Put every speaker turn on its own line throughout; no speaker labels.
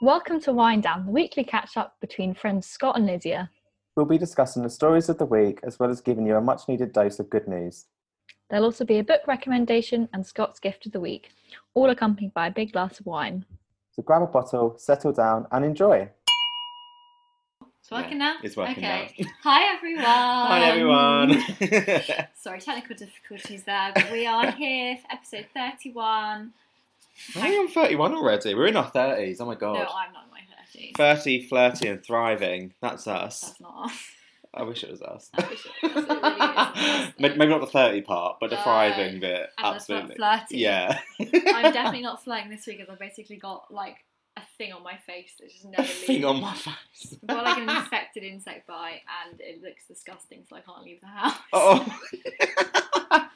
Welcome to Wind Down, the weekly catch up between friends Scott and Lydia.
We'll be discussing the stories of the week as well as giving you a much needed dose of good news.
There'll also be a book recommendation and Scott's gift of the week, all accompanied by a big glass of wine.
So grab a bottle, settle down, and enjoy.
It's
Yeah,
working now.
it's working
okay.
now.
Hi everyone. Hi
everyone.
Sorry, technical difficulties there, but we are here for episode 31.
I am 31 already. We're in our 30s. Oh my
No,
god.
I'm not in my 30s.
30, flirty, and thriving. That's us.
That's not.
I wish it was us.
I wish it was, it really is.
May- Maybe not the 30 part, but the
No.
thriving bit.
And
Absolutely.
That's not flirty.
Yeah.
I'm definitely not flirting this week as I've basically got like a thing on my face that just never
A
leaves.
thing on my face.
I've got like an infected insect bite and it looks disgusting, so I can't leave the house.
Oh,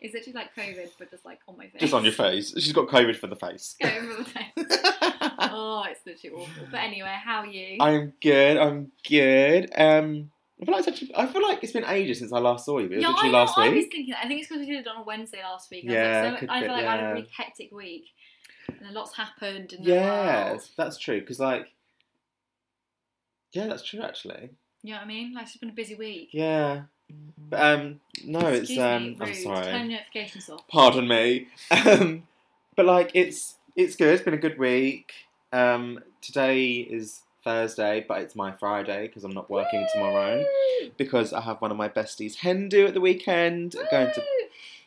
It's literally like COVID, but just like on my face.
just on your face. She's got COVID for the face.
Going from the face. Oh, it's literally awful. But anyway, how are you?
I'm good. I'm good. Um, I feel like it's actually, I feel like it's been ages since I last saw you. It was
yeah,
literally
I, know,
last
I was
week.
thinking that. I think it's because we did it on a Wednesday last week. I yeah,
Yeah,
like, so,
could
I feel
be,
like I had
yeah.
a really hectic week, and a lot's happened. In the
Yeah,
world.
that's true. Because like, yeah, that's true actually.
you know what I mean. Like, it's just been a busy week.
Yeah. But, um, no,
Mm-hmm. Excuse
it's um,
me, rude.
I'm sorry.
Turn your notifications off.
Pardon me. Um, but like, it's it's good. It's been a good week. Um, today is Thursday, but it's my Friday because I'm not working tomorrow
Woo!
because I have one of my besties, Hen, do at the weekend. Going to
Woo!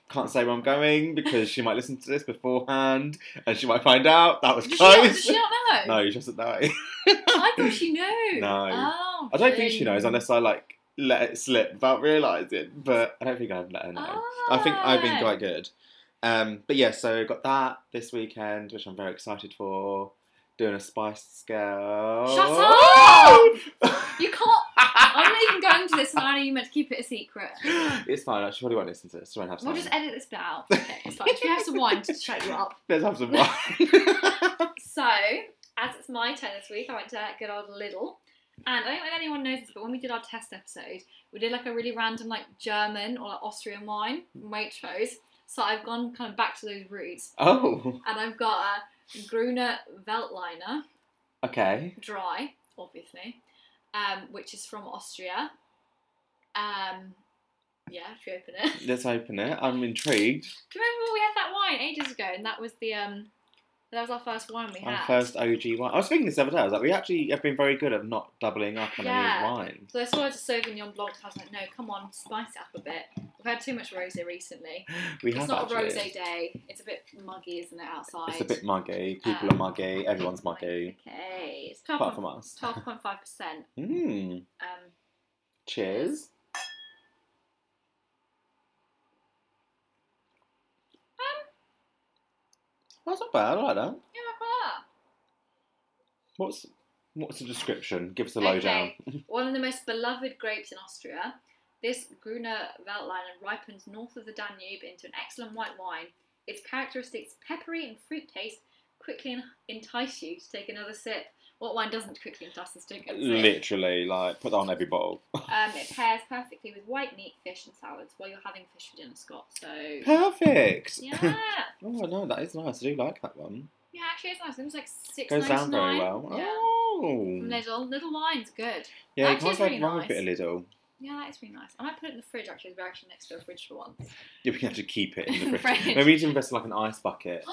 can't say where I'm going because she might listen to this beforehand and she might find out that was
Does she, not, does
close.
she not know?
No, she doesn't know.
I thought she knew.
No.
Oh,
I don't think she
shame.
knows unless I like let it slip without realising. But I don't think I've let her know.
Oh.
I think I've been quite good. Um, but yeah, so I got that this weekend, which I'm very excited for. Doing a Spice Girl.
Shut
up!
You can't. I'm not even going to this, and I know you meant to keep it a secret.
it's fine. She probably won't listen to this. She won't have
We'll
time.
just edit this bit out. Okay, it's fine. If you have some wine, just shut you up.
Let's have some wine.
So, as it's my turn this week, I went to good old Lidl. And I don't know if anyone knows this, but when we did our test episode, we did like a really random like German or like Austrian wine from Waitrose. So I've gone kind of back to those roots.
oh,
And I've got a Gruner Veltliner,
okay.
dry, obviously, um, which is from Austria. Um, yeah, if you open it.
Let's open it. I'm intrigued.
Do you remember we had that wine ages ago, and that was the um, that was our first wine we had.
Our first OG wine. I was thinking this the other day. I was like, we actually have been very good at not doubling up on
Yeah.
any wine.
So I saw it's a Sauvignon Blanc. I was like, no, come on, spice it up a bit. We've had too much rosé recently.
We
it's
have
not
actually.
a rosé day. It's a bit muggy, isn't it, outside?
It's a bit muggy. People
Um,
are muggy. Everyone's muggy.
Okay, it's
Apart from us.
twelve point five percent.
Mmm.
Um,
Cheers.
Um.
That's not bad. I like that.
yeah, I quite
What's what's the description? Give us a
Okay.
lowdown.
like that. One of the most beloved grapes in Austria. This Gruner Veltliner ripens north of the Danube into an excellent white wine. Its characteristics, peppery and fruit taste, quickly en- entice you to take another sip. What wine doesn't quickly entice us to take another sip?
Literally, like put that on every bottle.
Um, it pairs perfectly with white meat, fish, and salads while you're having fish for dinner, Scott. So
Perfect.
yeah,
oh no, that is nice. I do like that one.
yeah, actually, it's nice. It was like six
Goes down very well.
Yeah. From
Oh.
Lidl, little wine's good.
Yeah, you
Actually,
can't
it's
go
really
wrong with
nice.
a bit of Lidl.
Yeah, that is really nice. I might put it in the fridge. Actually, we're actually next to a fridge for once.
Yeah, we have to keep it in the fridge.
Fridge.
Maybe we need to invest in like an ice bucket.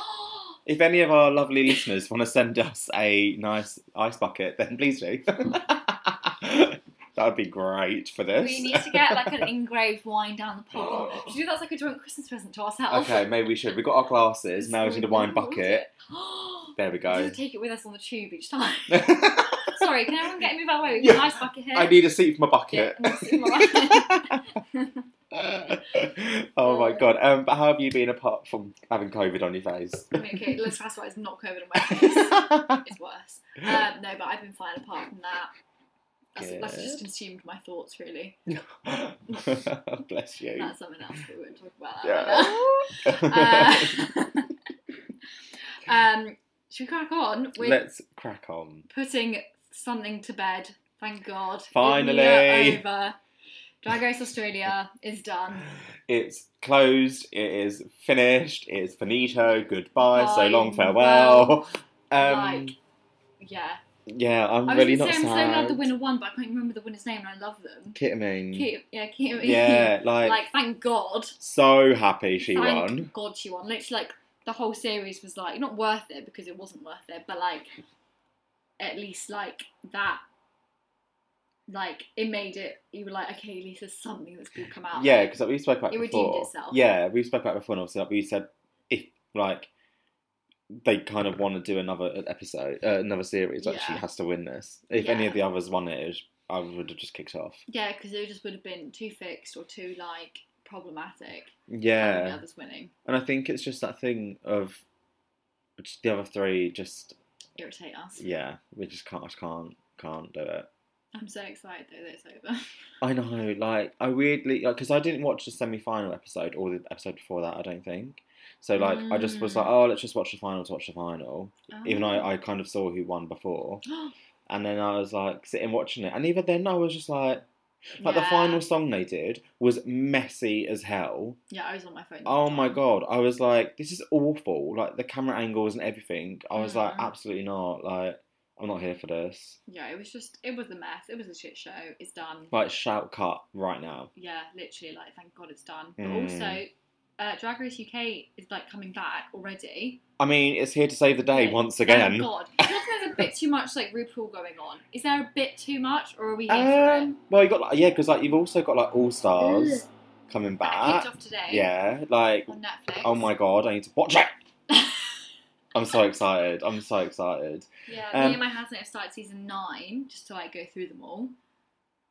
If any of our lovely listeners want to send us a nice ice bucket, then please do. that would be great for this.
we need to get like an engraved wine down the pub. Should we do that's like a joint Christmas present to ourselves.
okay, maybe we should. We've got our glasses.
It's
Now we need a
really
wine
good.
bucket. There
we
we
need
go.
to take it with us on the tube each time.
I
Sorry, can everyone get me by the way? We've got an
Yeah.
ice bucket here.
need a seat for my
Yeah,
bucket.
we'll sit in my-
oh my god. Um, but how have you been apart from having COVID on your face?
I mean, okay, let's classify it's not COVID on my face. It's worse. Um, no, but I've been fine apart from that. That's, that's just
Good.
consumed my thoughts, really.
Bless you.
That's something else, but we won't talk about that.
Yeah.
right now. Uh, um, should we crack on with
Let's crack on.
putting something to bed? Thank God.
Finally.
Year over. Drag Race Australia is done.
It's closed. It is finished. It's finito. Goodbye. so
Bye,
long, farewell.
well, like,
Um,
yeah.
Yeah, I'm
I was
really
gonna
not
say,
sad.
I'm so glad the winner won, but I can't remember the winner's name, and I love them.
Kitman.
Cute, yeah, cute.
Yeah, like,
like thank God,
so happy she
thank
won.
God she won. Literally, like the whole series was like not worth it because it wasn't worth it, but like at least like that, like it made it. You were like, okay, at least there's something that's going to come out. of
Yeah,
it.
because like, we spoke about
It redeemed
before.
itself.
Yeah, we spoke about before, and obviously, like, we said if like they kind of want to do another episode, uh, another series, like she
Yeah.
has to win this. If any
Yeah.
of the others won it, it was- I would have just kicked off.
yeah, because it just would have been too fixed or too like problematic.
Yeah,
the others winning
and I think it's just that thing of just the other three. Just
irritate us.
yeah, we just can't, just can't, can't do it.
I'm so excited though that it's over.
I know, like I weirdly like because I didn't watch the semi final episode or the episode before that. I don't think so. Like I just was
Mm.
like, oh, let's just watch the final to watch the final.
Um,
Even though I, I kind of saw who won before, and then I was like sitting watching it, and even then I was just like, like the
Yeah.
final song they did was messy as hell.
Yeah, I was on my phone. the
Oh
whole
my
time.
god, I was like, this is awful. Like the camera angles and everything. I was like,
Mm.
absolutely not. Like I'm not here for this.
Yeah, it was just it was a mess. It was a shit show. It's done.
Like shout cut right now.
yeah, literally, like thank God it's done. But
Mm.
also, uh, Drag Race UK is like coming back already.
I mean, it's here to save the day
Like,
once
Thank
again.
God. Do you reckon there's a bit too much like RuPaul going on? Is there a bit too much, or are we here
Um, well, you got like, yeah, because like you've also got like All
for
Stars
it?
coming
That
back.
kicked off today.
Yeah, like
On Netflix.
oh my god, I need to watch it. I'm so excited. I'm so excited.
Yeah,
Um,
me and my housemate have started season nine just to like go through them all.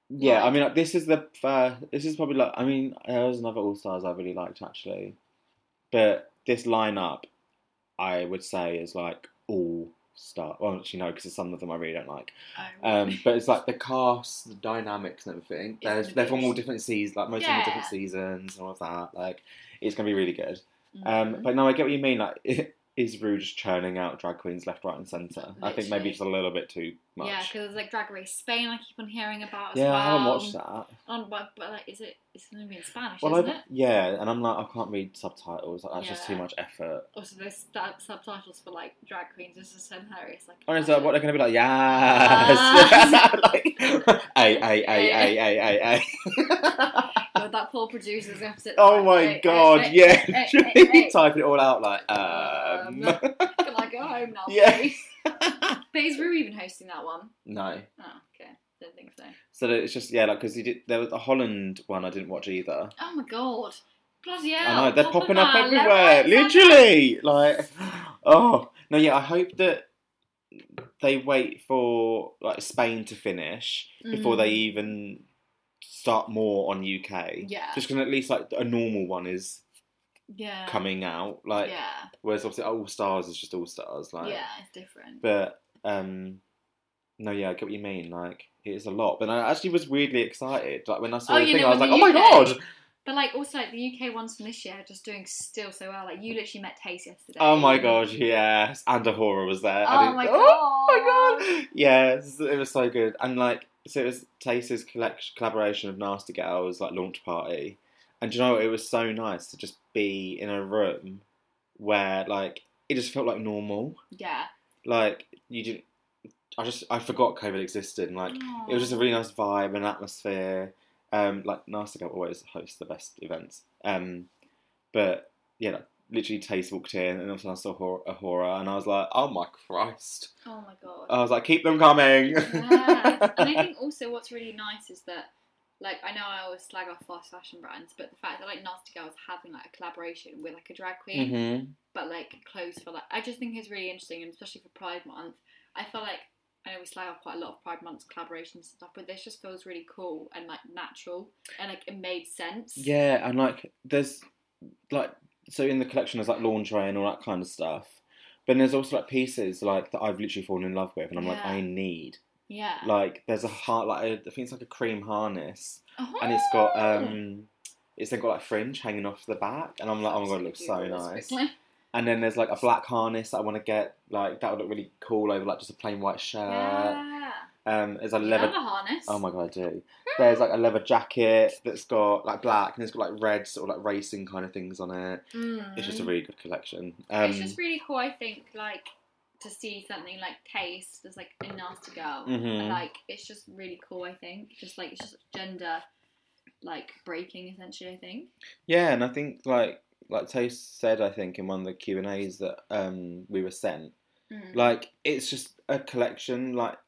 Yeah, I
Right.
mean, like, this is the uh, this is probably like I mean, there was another All Stars I really liked actually, but this lineup, I would say, is like all star. Well, actually, no, because there's some of them I really don't like.
Oh,
Um, but it's like the cast, the dynamics, and everything.
It's
They're,
gonna
they're
be
from all
awesome.
different seasons, like most of them are different
Yeah.
seasons and all of that. Like, it's gonna be really good. Um,
Mhm.
but no, I get what you mean. Like, is Rue just churning out drag queens left, right, and centre? I think maybe
Literally.
just a little bit too much.
Yeah, because there's like Drag Race Spain I keep on hearing about as
Yeah,
well.
I haven't watched that.
On, but, but like, is it? It's going to be in Spanish,
Well,
isn't
I've,
it?
yeah, and I'm like, I can't read subtitles. Like, that's just too
Yeah.
much effort.
Also, those Oh, sub- subtitles for like drag queens is just hilarious. Like,
Honestly, like, Oh, what they're gonna be like? Yes,
Ah.
like, ay, ay, ay, ay, ay, ay, ay.
God, that poor producer's going to sit.
Oh
there,
my
eh, eh,
god,
eh,
yeah.
eh, eh, eh.
Typing it all out like,
Um,
um.
Can I go home now?
Yeah.
please? but is Rue even hosting that one?
no.
Oh, okay. Don't think so.
So that it's just, yeah, like, because did, there was a Holland one I didn't watch either.
Oh my god. Bloody hell.
I know, they're popping up
out left,
everywhere,
right, centre.
literally. Like, oh. No, yeah, I hope that they wait for, like, Spain to finish before
Mm.
they even start more on UK.
Yeah.
Just because at least, like, a normal one is
Yeah.
coming out. Like,
yeah.
whereas obviously All Stars is just All Stars. Like,
yeah, it's different.
But um no, yeah, I get what you mean. Like it is a lot, but I actually was weirdly excited. Like when I saw
Oh,
the
you
thing,
know,
I was
when
like,
the
"Oh my
UK
god!
But like also like the UK ones from this year are just doing still so well. Like you literally met Tace yesterday.
Oh my god! Yes!" And Ahura was there. I
Oh
didn't-
my god.
Oh my god! Yes, it was so good. And like, so it was Tace's collect- collaboration of Nasty Girls like launch party, and do you know what? it was so nice to just be in a room where like it just felt like normal.
Yeah.
Like you didn't. I just I forgot COVID existed. And, like It was just a really nice vibe and atmosphere. Um, like Nasty Girl always hosts the best events. Um, but yeah, like, literally Taste walked in and also I saw Hor- a horror and I was like, oh my Christ!
Oh my god.
I was like, keep them coming.
yeah. And I think also what's really nice is that like I know I always slag off fast fashion brands, but the fact that like Nasty Girl's having like a collaboration with like a drag queen,
Mhm.
but like clothes for like I just think it's really interesting, and especially for Pride Month, I feel like I know we slag off quite a lot of Pride Month's collaborations and stuff, but this just feels really cool and like natural, and like it made sense.
Yeah, and like there's like so in the collection there's like lingerie and all that kind of stuff. But there's also like pieces like that I've literally fallen in love with, and I'm like,
Yeah.
I need
Yeah.
like there's a heart like a, I think it's like a cream harness
Oh!
and it's got um it's then got like fringe hanging off the back and I'm like oh my god it looks so
Google this
nice
quickly.
and then there's like a black harness that I want to get like that would look really cool over like just a plain white shirt
yeah.
um there's a
Leather.
leather
harness.
Uh, oh my god I do there's like a leather jacket that's got like black and it's got like red sort of like racing kind of things on it
Mm.
it's just a really good collection um
It's just really cool. I think like to see something like taste as like a nasty girl.
Mhm.
Like it's just really cool. I think just like it's just gender like breaking essentially. I think.
Yeah, and I think like like Taste said, I think in one of the Q and A's that um, we were sent,
Mm.
like it's just a collection, like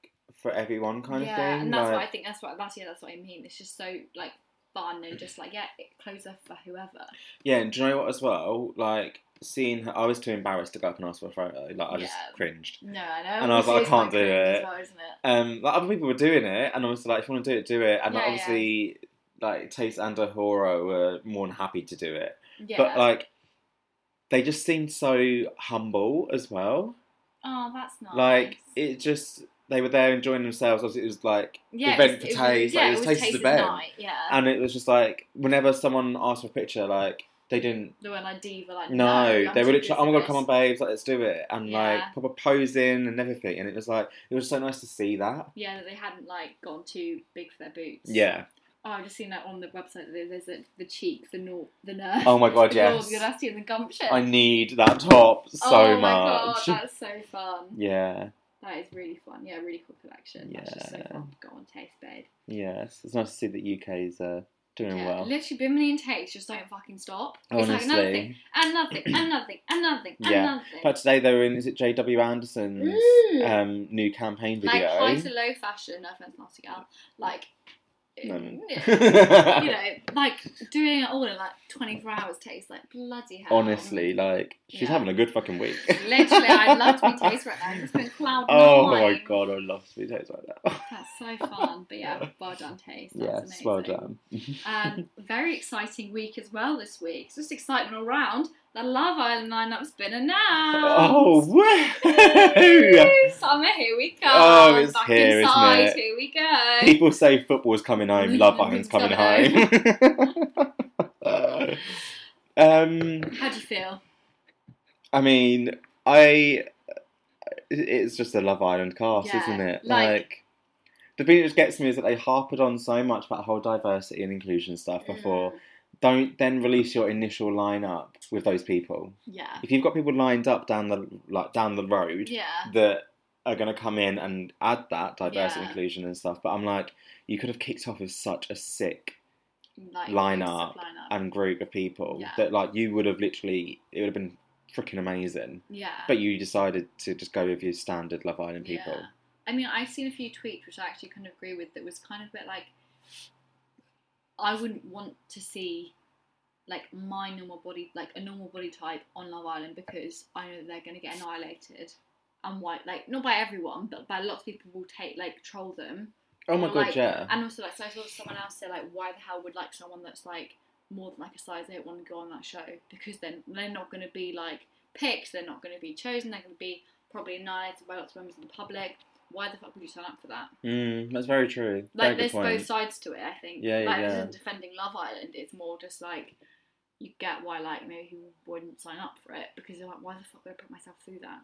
for everyone kind
yeah,
of thing.
and that's
like,
what I think. That's what that's yeah. That's what I mean. It's just so like fun and just like yeah, it clothes are for whoever.
Yeah, and do you know what as well? Like seeing her, I was too embarrassed to go up and ask for a photo. Like I just
Yeah.
cringed.
No, I know.
And I was like, I
Obviously,
can't
it's quite
do
cringe
it.
As well, isn't it?
Um, like other people were doing it, and obviously, like if you want to do it, do it. And like,
Yeah,
obviously, like Taste and Ahura were more than happy to do it.
Yeah.
But like, they just seemed so humble as well.
oh, that's nice.
Like it just they were there enjoying themselves. Obviously, it was like
yeah,
event
it
for
was-
Taste,
Yeah,
like, it was Taste's
Taste's
event.
night. Yeah.
and it was just like whenever someone asked for a picture, like they didn't.
the one like diva, like
No,
I'm
they were
too
literally, oh my
busy
god, come on,
for this."
babes, like, let's do it, and
Yeah.
like proper posing and everything, and it was like it was so nice to see that.
Yeah, that they hadn't like gone too big for their boots.
Yeah.
Oh, I've just seen that on the website. there- There's a, the cheek, the nor, the nerve.
Oh my god,
the
yes.
audacity and the gumption.
I need that top so
oh my god,
much.
that's so fun.
yeah.
That is really fun. Yeah, really cool collection. That's just so
Yeah.
fun. Go on, taste, babe.
Yes. It's nice to see that UK's uh, doing
Yeah,
well.
literally Bimini and Taste just don't fucking stop. It's like another thing,
Honestly.
another thing, another thing, another thing,
Yeah.
another thing.
But today they were in is it JW Anderson's
Mm.
um, new campaign
like
video?
high to low fashion, no offense, Nasty Gal. Like,
No,
you
no.
know, like doing it all in like 24 hours tastes like bloody hell.
Honestly, like she's
Yeah.
having a good fucking week.
Literally, I'd love to be taste right now. It's been cloud
Oh
nine.
my god, I love sweet taste right now.
That's so fun. But yeah, well done, Taste. That's
yes,
amazing.
well done.
Um, very exciting week as well this week. It's just excitement all round. The Love Island lineup's been announced.
Oh, woo!
Woo, Summer, here we come.
Oh, it's
Back
here, isn't
inside,
it?
here we go.
People say football's coming home, Love Island's coming home. um,
How do you feel?
I mean, I. It's just a Love Island cast,
Yeah,
isn't it?
like-
Like, the thing that just gets me is that they harped on so much about whole diversity and inclusion stuff
Mm.
before. Don't then release your initial lineup with those people.
Yeah.
If you've got people lined up down the like down the road,
Yeah.
that are going to come in and add that diversity,
Yeah.
inclusion, and stuff. But I'm like, you could have kicked off with such a sick
Like,
Line
mix
up
of line up.
and group of people
Yeah.
that like you would have literally it would have been freaking amazing.
Yeah.
But you decided to just go with your standard Love Island people.
Yeah. I mean, I've seen a few tweets which I actually kind of agree with that was kind of a bit like, I wouldn't want to see like my normal body, like a normal body type on Love Island because I know they're going to get annihilated. And why, like, not by everyone, but by lots of people will take, like, troll them.
Oh my
Or,
god,
like,
yeah.
And also, like, so I saw someone else say, like, why the hell would, like, someone that's, like, more than, like, a size 8 want to go on that show? Because then they're not going to be, like, picked, they're not going to be chosen, they're going to be probably annihilated by lots of members of the public. Why the fuck would you sign up for that?
Mm, that's very true.
Like,
very
there's
good point.
both sides to it, I think.
Yeah, yeah,
like, this
yeah.
isn't defending Love Island, it's more just, like, you get why, like, maybe people wouldn't sign up for it because they're like, why the fuck would I put myself through that?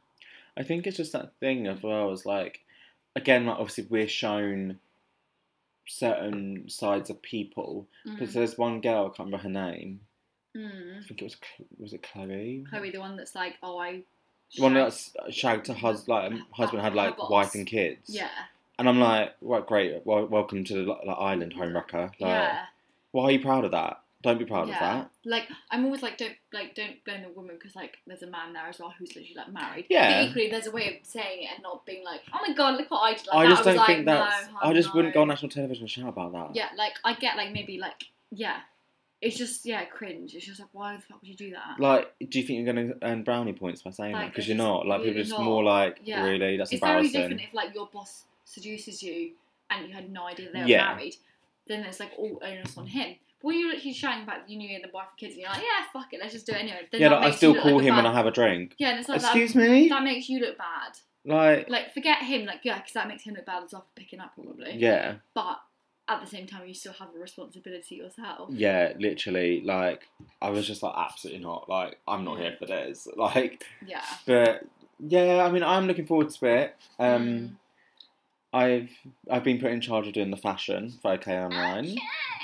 I think it's just that thing as well. Is like, again, like obviously we're shown certain sides of people. Because
Mm.
there's one girl, I can't remember her name. I
Mm.
think it was Cl- was it Chloe?
Chloe, the one that's like, oh, I.
The one
shagged-
that's shagged her hus- like um, husband had
Her
like
boss.
wife and kids.
Yeah.
And I'm like, right, great. Well, welcome to the like, island home wrecker. Like,
yeah.
Why are you proud of that? Don't be proud of that.
Like I'm always like don't like don't blame the woman because like there's a man there as well who's literally like married.
Yeah.
But equally, there's a way of saying it and not being like, oh my god, look what I did. Like,
I
that
just don't
was,
think
like,
that's.
no,
I just wouldn't go on
no.
national television and shout about that.
Yeah, like I get like maybe like yeah, it's just yeah cringe. It's just like why the fuck would you do that?
Like, do you think you're going to earn brownie points by saying that?
Like,
Because
it's
you're
just
not. Like, people
really
are just
not.
more like,
Yeah.
really, that's
it's very different
embarrassing.
if like your boss seduces you and you had no idea they were
Yeah.
married. Then it's like all onus on him. But when you're literally shouting about you knew he had the wife and kids and you're like yeah fuck it let's just do it anyway. Then
Yeah,
that
like, I
makes
still
you look
call
like a
him
bad-
and I have a drink.
Yeah, and it's like that-
Excuse me.
that makes you look bad.
Like,
like forget him like yeah because that makes him look bad as well for picking up probably
yeah,
but at the same time you still have a responsibility yourself
yeah, literally. Like, I was just like, absolutely not. Like, I'm not here for this. Like,
yeah
but yeah, I mean, I'm looking forward to it. Um.
Hmm.
I've I've been put in charge of doing the fashion for OK Online,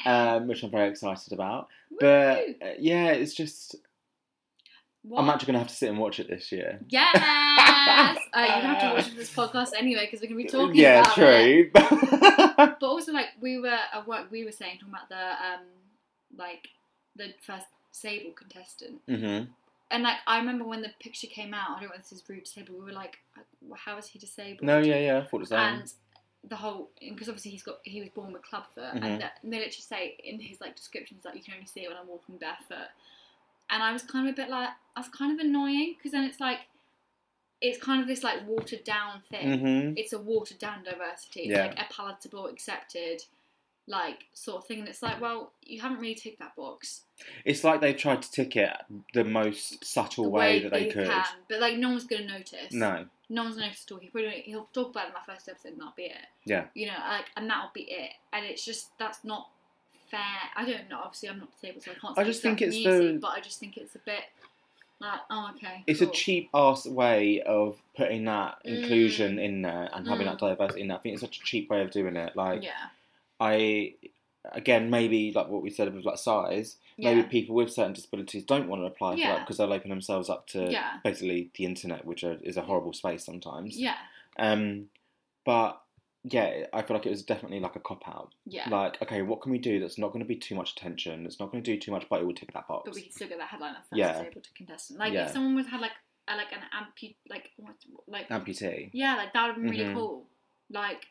um, which I'm very excited about. But
Woo!
uh, yeah, it's just
What?
I'm actually going to have to sit and watch it this year.
Yes! uh, you have to watch this podcast anyway because we're going to be talking
yeah,
about it.
true.
But also, like, we were, uh, what we were saying, talking about the, um, like, the first Sable contestant.
hmm
And, like, I remember when the picture came out, I don't know if this is rude to say, but we were like, how is he disabled?
No, yeah, yeah. I thought it was that.
and the whole because obviously he's got he was born with club foot
Mhm.
and, that, and they literally say in his like descriptions like you can only see it when I'm walking barefoot and I was kind of a bit like that's kind of annoying because then it's like it's kind of this like watered down thing
Mm-hmm.
it's a watered down diversity it's
Yeah.
like a palatable accepted like sort of thing and it's like well you haven't really ticked that box
It's like they tried to tick it the most subtle
the
way, that they could.
can but like no one's gonna notice
No.
no one's gonna notice at all. He probably he'll talk about it in my first episode, and that'll be it.
Yeah.
You know, like, and that'll be it. And it's just that's not fair. I don't know. Obviously, I'm not disabled, so I can't.
I
speak
just
to that
think it's
community,
the-
But I just think it's a bit like, oh, okay.
It's a
cool.
cheap ass way of putting that
Mm.
inclusion in there and having
Mm.
that diversity in there. I think it's such a cheap way of doing it. Like
Yeah.
I again maybe like what we said about like size,
Yeah.
maybe people with certain disabilities don't want to apply for
Yeah.
that because they'll open themselves up to
yeah.
basically the internet, which are, is a horrible space sometimes.
Yeah.
Um, but yeah, I feel like it was definitely like a cop out.
Yeah.
Like, okay, what can we do that's not going to be too much attention? It's not going to do too much, but it will tick that box.
But we could still get that headline of first
Yeah.
disabled contestant. Like
Yeah.
if someone was had like a, like an ampute like what like
Amputee.
yeah like that would have been really
Mhm.
cool. Like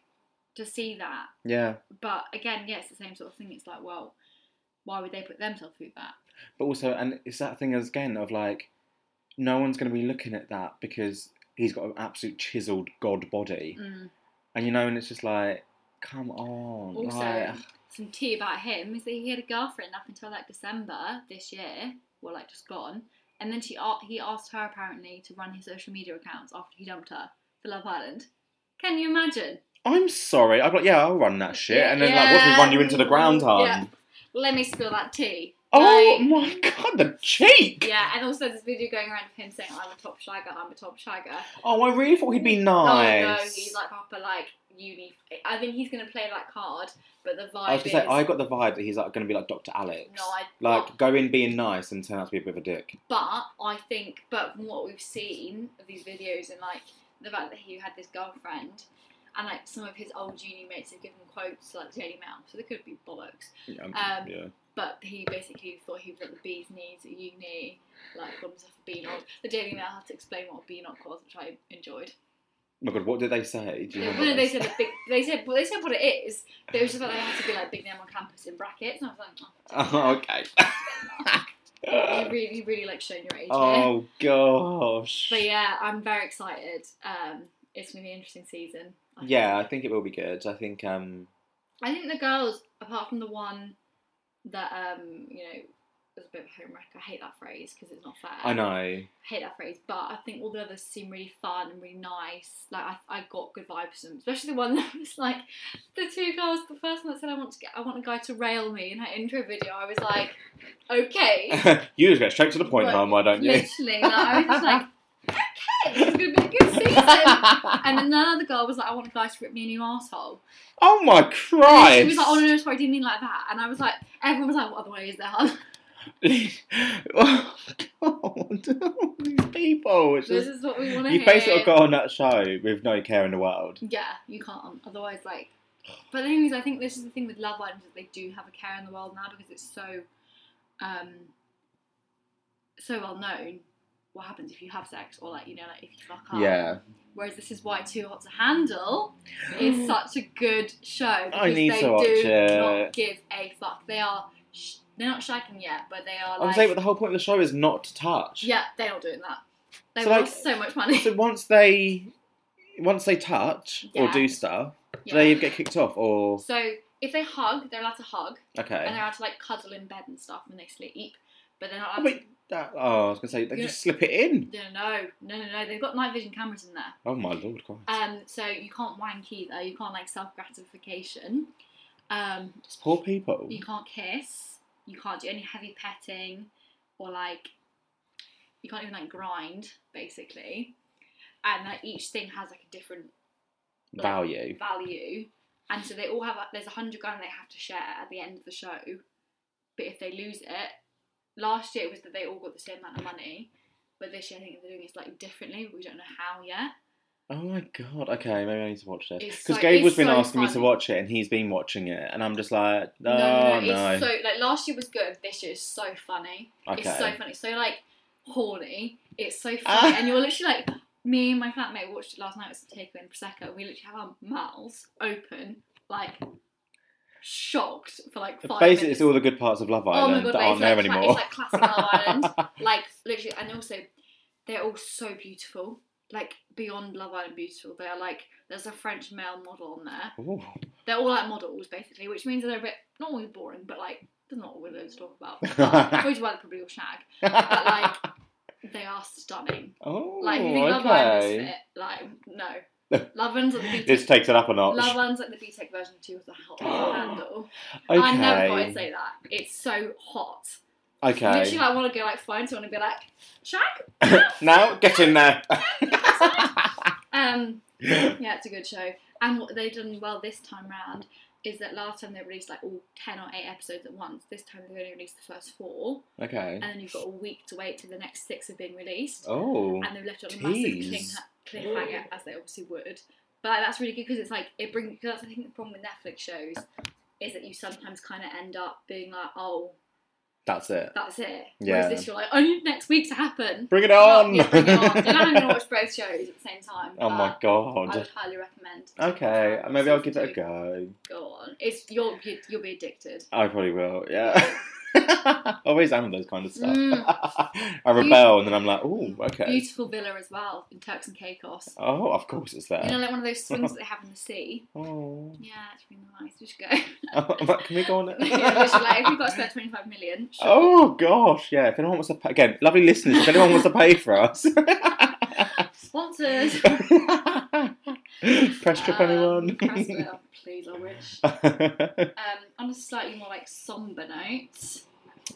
to see that.
Yeah.
But again, yeah, it's the same sort of thing. It's like, well, why would they put themselves through that?
But also, and it's that thing as again of like, no one's going to be looking at that because he's got an absolute chiseled god body,
Mm.
and you know, and it's just like, come on,
Also,
like,
some tea about him is that he had a girlfriend up until like December this year, well, like just gone, and then she a- he asked her apparently to run his social media accounts after he dumped her for Love Island. Can you imagine?
I'm sorry. I'm like, yeah, I'll run that shit, and then like,
Yeah.
what's me run you into the ground, hon?
Yeah. Let me spill that tea.
Oh
Like-
my god, the cheek!
Yeah, and also this video going around of him saying, "I'm a top shagger, I'm a top shagger."
Oh, I really thought he'd be nice.
Oh no, he's like proper like uni. I think he's gonna play that card, but the vibe.
I was
is,
gonna say, I got the vibe that he's like going to be like Dr. Alex.
No, I-
like go in being nice and turn out to be a bit of a dick.
But I think, but from what we've seen of these videos and like the fact that he had this girlfriend, and like some of his old uni mates have given quotes like Daily Mail, so they could be bollocks.
Yeah,
Um,
yeah. Oh
But he basically thought he was at the bee's knees at uni, like called himself a beanot. The Daily Mail had to explain what a beanot was, which I enjoyed.
my god, what did they say? Do you remember?
When they
this?
said the big, they said well, they said what it is. They was just like they had to be like big name on campus in brackets, and I was like,
oh, okay.
oh, you really, you really like showing your age. here.
oh gosh.
But yeah, I'm very excited. Um, it's gonna be an interesting season. I think.
Yeah, I think it will be good. I think um
I think the girls, apart from the one that um, you know, was a bit of a home wreck. I hate that phrase because it's not fair.
I know.
I hate that phrase, but I think all the others seem really fun and really nice. Like I, I got good vibes from, them, especially the one that was like the two girls. The first one that said I want to get, I want a guy to rail me in her intro video. I was like, okay,
you just get straight to the point,
Right.
hon, why don't you?
literally. Like, I was just like, okay, this is gonna be a good season. And then another girl was like, I want a guy to rip me a new asshole.
oh my
And
Christ!
She was like, Oh no, no, sorry, I didn't mean like that. And I was like, Everyone was like, What other way is there? hon?"
oh God, all these people. It's
this
just,
is what we want to
you
hear.
basically go on that show with no care in the world.
Yeah, you can't. Otherwise, like. But the thing is, I think this is the thing with Love Island is that they do have a care in the world now because it's so, um, so well known. What happens if you have sex or like you know like if you fuck up?
Yeah.
Whereas this is why Too Hot to Handle is such a good show because
need
they
to watch
do not
it.
give a fuck. They are sh- they're not shagging yet, but they are
I'm
like
saying, but the whole point of the show is not to touch.
yeah, they're not doing that. They've
So, like-
lost so much money.
So once they, once they touch or
Yeah.
do stuff,
Yeah.
do they get kicked off or
so if they hug, they're allowed to hug and
okay?
they're allowed to like cuddle in bed and stuff when they sleep, but they're not
Oh,
allowed.
wait, that, oh, I was gonna say they
Yeah.
just slip it in.
to, no, no, no, no, no. They've got night vision cameras in there.
Oh my lord, Christ!
Um, so you can't wank either. You can't like self gratification. Um,
it's poor people.
You can't kiss. You can't do any heavy petting, or like, you can't even like grind basically. And like each thing has like a different like,
Value.
value, and so they all have. There's a hundred grand they have to share at the end of the show, but if they lose it, last year it was that they all got the same amount of money, But this year, I think they're doing it slightly differently. But we don't know how yet.
Oh my god! Okay, maybe I need to watch this
It's
because
so-
Gabe has
it's
been
so
asking me to
fun.
watch it, and he's been watching it, and I'm just like, oh, no,
no, no, no,
no.
It's so like last year was good. This year is so funny.
okay,
It's so funny. So like horny. It's so funny,
Ah.
and you're literally like. Me and my flatmate watched it last night. It was Takeaway and Prosecco. We literally have our mouths open, like shocked for like five
basically,
minutes.
it's all the good parts of Love Island that
Oh but it's
aren't there
like, cla-
anymore.
It's like classic Love Island. Like literally, and also they're all so beautiful. Like beyond Love Island beautiful. They are like there's a French male model on there.
Ooh.
They're all like models basically, which means they're a bit not always boring, but like there's not always loads to talk about. Which is why they're probably all shag. But like they are stunning.
oh,
Like you think Love Island is
okay.
fit? Like no. Love Island's at the B E
This takes it up a notch.
Love Island's at the B Tech version two of the hot handle.
okay,
I never thought I'd say that. It's so hot. Literally,
okay.
like, I want to go like find someone and be like, Shag.
now get in there.
Um, yeah, it's a good show. And what they've done well this time round is that last time they released like all ten or eight episodes at once. This time they've only released the first four,
okay.
and then you've got a week to wait till the next six have been released.
Oh,
And they've left it on a massive cling-
Jeez.
cliffhanger, as they obviously would. But like, that's really good because it's like it brings. Cause that's I think the problem with Netflix shows is that you sometimes kind of end up being like, oh,
that's it.
that's it.
Yeah.
Whereas this, you're like, I need next week to happen.
Bring it on.
Yeah, bring it on. And I'm going to watch both shows at the same time.
oh my
but I
god.
would highly recommend. Um,
Okay, uh, maybe I'll give it a go.
Go on. It's you'll you'll, you'll be addicted.
I probably will. Yeah. Always am those kind of stuff.
Mm.
I rebel and then I'm like, oh, okay.
Beautiful villa as well in Turks and Caicos.
Oh, of course it's
You know,
there.
like one of those swings that they have in the sea.
Oh.
Yeah, it's really nice. We should go.
Can we go on
yeah, we should, like, if
it?
you've got to spend 25 million, sure.
Oh gosh, yeah. If anyone wants to pay, again, lovely listeners, if anyone wants to pay for us,
Sponsors.
press trip
Um,
anyone.
press well, please, I wish. Um, on a slightly more like somber note,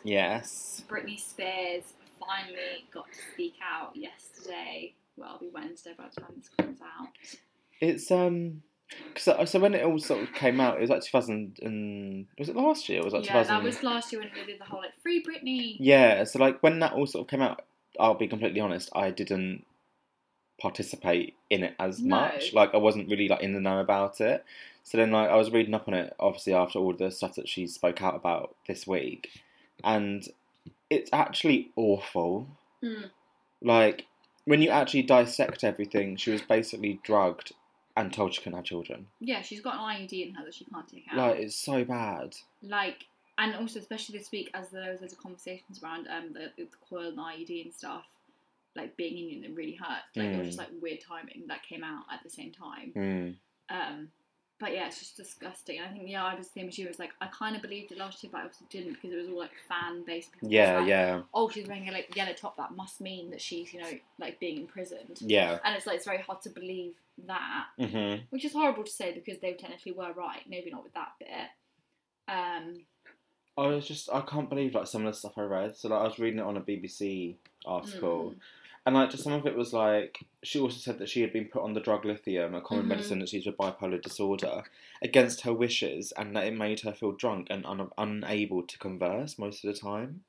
yes.
Britney Spears finally got to speak out yesterday. Well, it'll be Wednesday by the time this comes out.
It's um, cause, so when it all sort of came out, it was like 2000 and was it last year? It was like
yeah,
2000.
that was last year when they did the whole like free Britney.
Yeah, so like when that all sort of came out, I'll be completely honest, I didn't participate in it as
No.
much. Like I wasn't really like in the know about it. So then like I was reading up on it obviously after all the stuff that she spoke out about this week and it's actually awful.
Mm.
Like when you actually dissect everything, she was basically drugged and told she couldn't have children.
Yeah, she's got an IUD in her that she can't take out.
Like
Like,
it's so bad.
and also especially this week as there was loads of conversations around um the, the coil and IUD and stuff, like being in it really hurt. Like it
Mm.
was just like weird timing that came out at the same time.
Mm.
Um, but yeah, it's just disgusting. I think yeah, I was the same as you. It was like I kind of believed it last year, but I also didn't because it was all like fan based.
Yeah, yeah.
Oh, she's wearing a like yellow top. That must mean that she's you know like being imprisoned.
Yeah.
And it's like it's very hard to believe that,
Mhm.
which is horrible to say because they technically were right. Maybe not with that bit. Um,
I was just I can't believe like some of the stuff I read. So like I was reading it on a BBC article,
mm.
and like just some of it was like she also said that she had been put on the drug lithium, a common
Mhm.
medicine that she's with bipolar disorder, against her wishes, and that it made her feel drunk and un- unable to converse most of the time.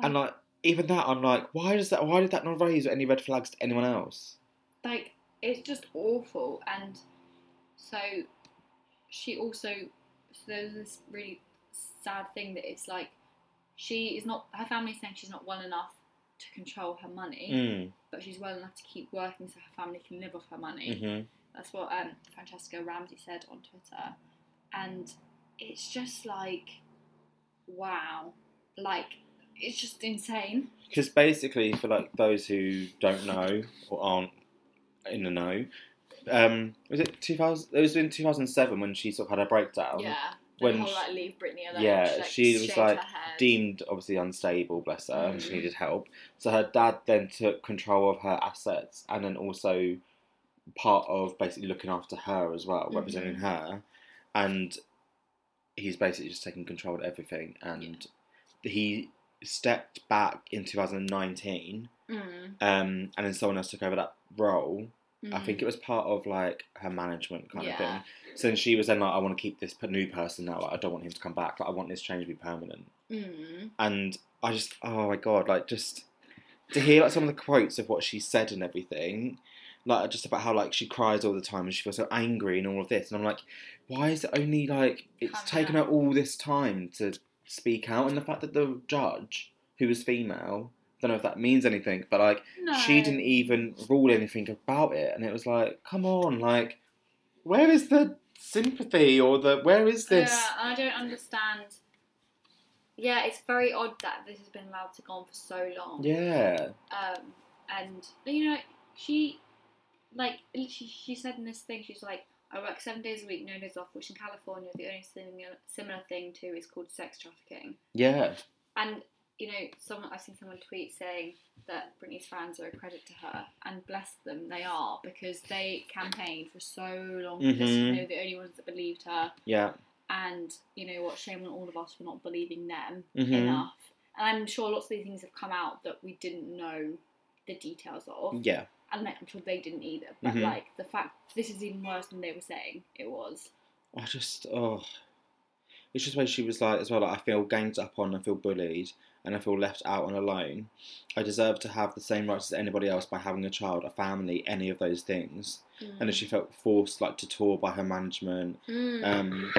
And like even that, I'm like, why does that? Why did that not raise any red flags to anyone else?
like it's just awful and so she also so there's this really sad thing that it's like she is not her family's saying she's not well enough to control her money
Mm.
but she's well enough to keep working so her family can live off her money
hmm
that's what um, Francesca Ramsey said on Twitter. And it's just like, wow. Like, it's just insane.
Because basically, for like those who don't know or aren't in the know, um, was it two thousand? It was in two thousand seven when she sort of had a breakdown.
yeah.
Um, when
the whole,
sh-
like, leave Britney alone.
yeah, she
she,
was
shaved
like,
her hair.
Deemed obviously unstable, bless her, and she
Mhm.
needed help. So her dad then took control of her assets and then also part of basically looking after her as well,
Mhm.
representing her. And he's basically just taking control of everything. And he stepped back in 2019
Mm,
um, and then someone else took over that role. I
mhm.
think it was part of like her management kind of
mm. Yeah.
thing. So then she was then like, I want to keep this p- new person now. Like, I don't want him to come back. Like, I want this change to be permanent.
Mm.
And I just, oh my god, like just to hear like some of the quotes of what she said and everything, like just about how like she cries all the time and she feels so angry and all of this, and I'm like, why is it only like it's
Can't
taken
help.
her all this time to speak out, and the fact that the judge who was female, don't know if that means anything, but like
No.
she didn't even rule anything about it, and it was like, come on, like, where is the sympathy or the where is this?
Yeah, I don't understand. Yeah, it's very odd that this has been allowed to go on for so long.
Yeah,
Um, and you know, she like she, she said in this thing, she's like, I work seven days a week, no days off, which in California the only similar similar thing to is called sex trafficking.
yeah,
And you know, someone I've seen someone tweet saying that Britney's fans are a credit to her, and bless them, they are because they campaigned for so long. for this,
Mhm.
they were the only ones that believed her
yeah.
and you know what shame on all of us for not believing them
Mhm.
enough and i'm sure lots of these things have come out that we didn't know the details of
Yeah,
and like, i'm sure they didn't either but
Mhm.
like the fact this is even worse than they were saying it was
I just oh, it's just when she was like as well. Like, I feel ganged up on, I feel bullied, and I feel left out and alone. I deserve to have the same rights as anybody else by having a child, a family, any of those things. And then she felt forced like to tour by her management
Mm.
um,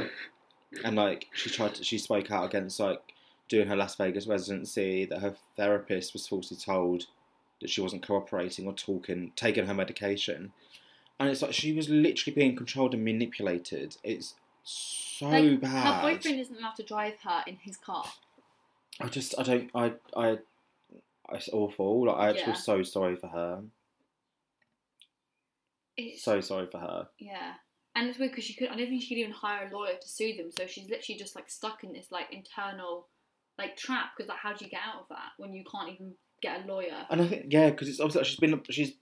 and like she tried to, she spoke out against like doing her Las Vegas residency that her therapist was falsely told that she wasn't cooperating or talking taking her medication and it's like she was literally being controlled and manipulated it's so
Like,
bad
her boyfriend isn't allowed to drive her in his car
I just I don't I I it's awful like I actually
Yeah.
feel so sorry for her
it's,
so sorry for her
yeah and it's weird because she could i don't think she could even hire a lawyer to sue them so she's literally just like stuck in this like internal like trap because like how do you get out of that when you can't even get a lawyer
And I think yeah, because it's obviously she's been she's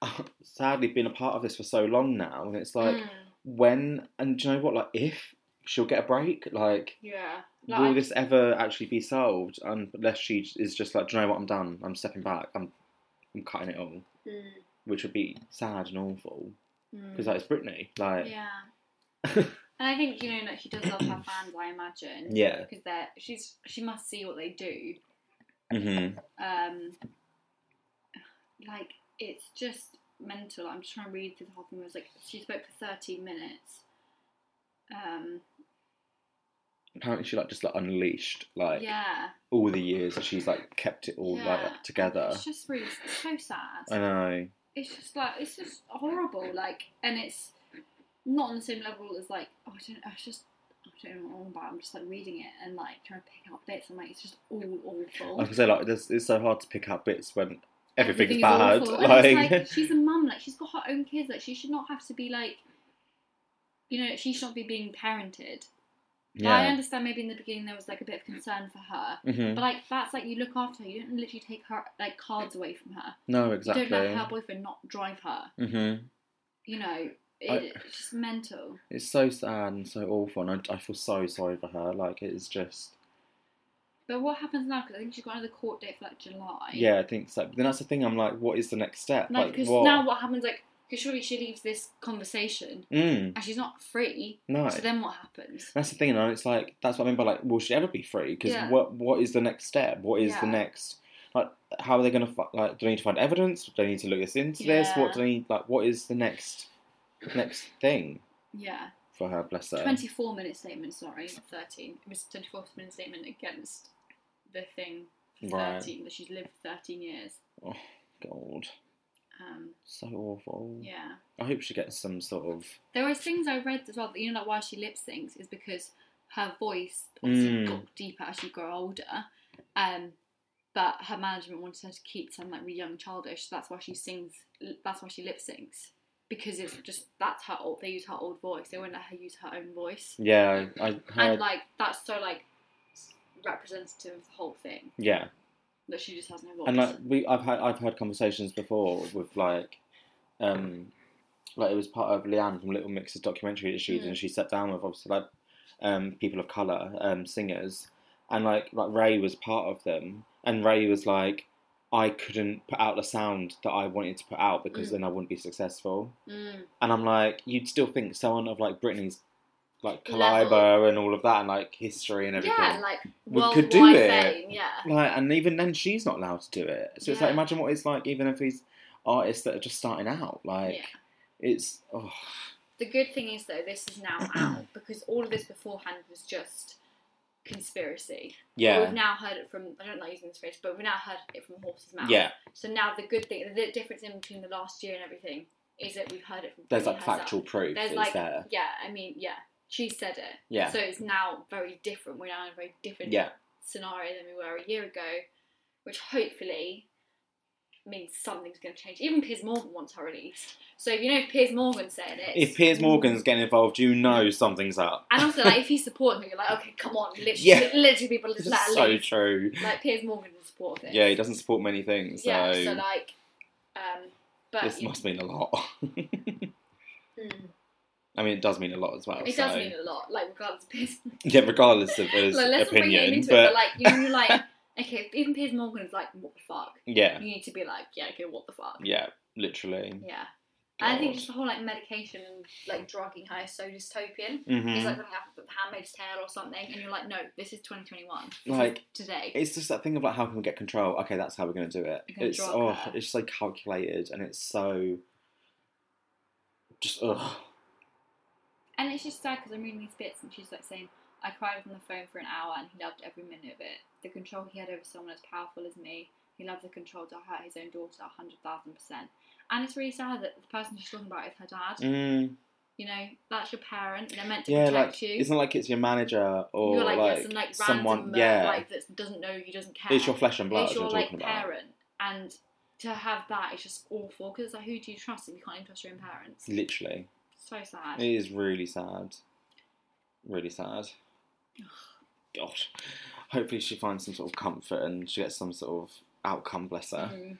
uh, sadly been a part of this for so long now, and it's like
Mm.
when and do you know what? Like if she'll get a break, like
Yeah.
will
Like,
this ever actually be solved? Unless she is just like, do you know what? I'm done. I'm stepping back. I'm I'm cutting it all,
Mm,
which would be sad and awful
mm.
because that is Britney. Like
yeah. and I think you know that she does love her fans. I imagine.
yeah,
Because they're she's she must see what they do.
hmm
Um. Like it's just mental. I'm just trying to read through the whole thing. It was like she spoke for 13 minutes. Um.
apparently she like just like unleashed like
yeah.
all the years that she's like kept it all
Yeah.
like together.
It's just really it's so sad.
I know.
it's just like it's just horrible like and it's not on the same level as like oh, I don't I just I don't know what I'm on about I'm just like reading it and like trying to pick out bits and like it's just all awful
I can say like this it's so hard to pick out bits when everything's
Everything is
bad.
awful. And
Like,
it's like she's a mum like she's got her own kids like she should not have to be like you know she should not be being parented Now, I
yeah.
understand maybe in the beginning there was like a bit of concern for her
hmm
but like that's like you look after her you don't literally take her like cards away from her
No,
you don't let her
exactly.
boyfriend not drive her
hmm
you know it,
I-
it's just mental
It's so sad and so awful, and I, I feel so sorry for her. Like it is just
But what happens now? Because I think she's got another court date for like July.
yeah. I think so. But then that's the thing. I'm like, what is the next step?
Like,
Like,
because
what?
now what happens? Like, because surely she leaves this conversation
mm,
and she's not free.
no.
So then what happens?
that's the thing, and it's like that's what I mean by like, will she ever be free? Because
Yeah.
what what is the next step? What is the
Yeah.
next? Like, how are they going to fi- like? Do they need to find evidence? Do they need to look this into this?
Yeah.
What do they need? Like, what is the next next thing?
Yeah.
for her, bless her.
24 minute statement, sorry, not 13. It was a 24 minute statement against the thing for 13,
Right.
that she's lived for 13 years.
Oh, God.
Um,
So awful.
yeah.
I hope she gets some sort of.
There was things I read as well that, you know, like why she lip syncs is because her voice obviously
Mm.
got deeper as you grow older. Um, but her management wanted her to keep some like really young childish, so that's why she sings. That's why she lip syncs because it's just that's her old. They use her old voice. They won't let her use her own voice,
Yeah, I I heard.
and like that's so like representative of the whole thing
yeah,
that she just has no voice.
and like we, I've had I've had conversations before with like, um, like it was part of Leanne from Little Mix's documentary that she did,
Mm.
and she sat down with obviously like, um, people of color, um, singers, and like like Ray was part of them, and Ray was like. I couldn't put out the sound that I wanted to put out
Mm.
because then I wouldn't be successful.
Mm.
And I'm like, you'd still think someone of like Britney's like
Level.
Kaliber and all of that and like history and everything.
Yeah, like
We
worldwide
could do it.
fame. Yeah.
Like, and even then, she's not allowed to do it. So it's
Yeah.
like, imagine what it's like, even if these artists that are just starting out. Like,
Yeah.
it's oh,
The good thing is though, this is now out because all of this beforehand was just conspiracy. But
yeah,
We've now heard it from I don't like using this phrase, but we've now heard it from horse's mouth.
yeah.
So now the good thing, the difference in between the last year and everything is that we've heard it from.
There's
Britney
like
herself.
factual proof.
There's
it's
like
there.
yeah, I mean yeah, she said it.
Yeah,
So it's now very different. We're now in a very different
yeah,
scenario than we were a year ago, which hopefully means something's going to change. Even Piers Morgan wants her released. So if you know if Piers Morgan's saying it,
If Piers Morgan's getting involved, you know
Mm.
something's up.
and also like if he's supporting her, you're like, okay, come on, literally,
Yeah.
literally people just
This
let
is
her
so
leave.
true.
Like Piers Morgan in support of this.
Yeah, he doesn't support many things, so,
yeah. So like, um, but
this
you-
must mean a lot.
mm,
I mean, it does mean a lot as well.
it
so.
does mean a lot. Like regardless of Piers,
yeah, regardless of his
like let's not bring him
opinion,
into it,
but,
but like you know, like okay, if even Piers Morgan's like, what the fuck?
yeah,
You need to be like, yeah, okay, what the fuck?
yeah, literally.
Yeah. And I think
God.
just the whole like medication and like drugging high is so dystopian. It's
Mhm.
like something happened with Handmaid's Tale or something, and you're like, no, this is 2021. This is
Like,
today.
It's just that thing of like, how can we get control? Okay, that's how we're going to do it.
We can
It's
drug
oh,
her.
it's so calculated and it's so just ugh.
and it's just sad because I'm reading these bits, and she's like saying, I cried on the phone for an hour, and he loved every minute of it. The control he had over someone as powerful as me. He loved the control to hurt his own daughter 100,000%. And it's really sad that the person she's talking about is her dad.
Mm,
You know, that's your parent. They're meant to
yeah,
protect
like
you.
it's not like it's your manager or
you're like,
like,
yeah, some, like
someone.
random, uh,
Yeah,
like that doesn't know you, doesn't care.
it's your flesh and blood.
it's
that
your
you're
like
talking about.
parent, and to have that is just awful because like who do you trust if you can't even trust your own parents?
Literally,
So sad.
it is really sad. Really sad. God, hopefully she finds some sort of comfort and she gets some sort of outcome. Bless her.
Mm.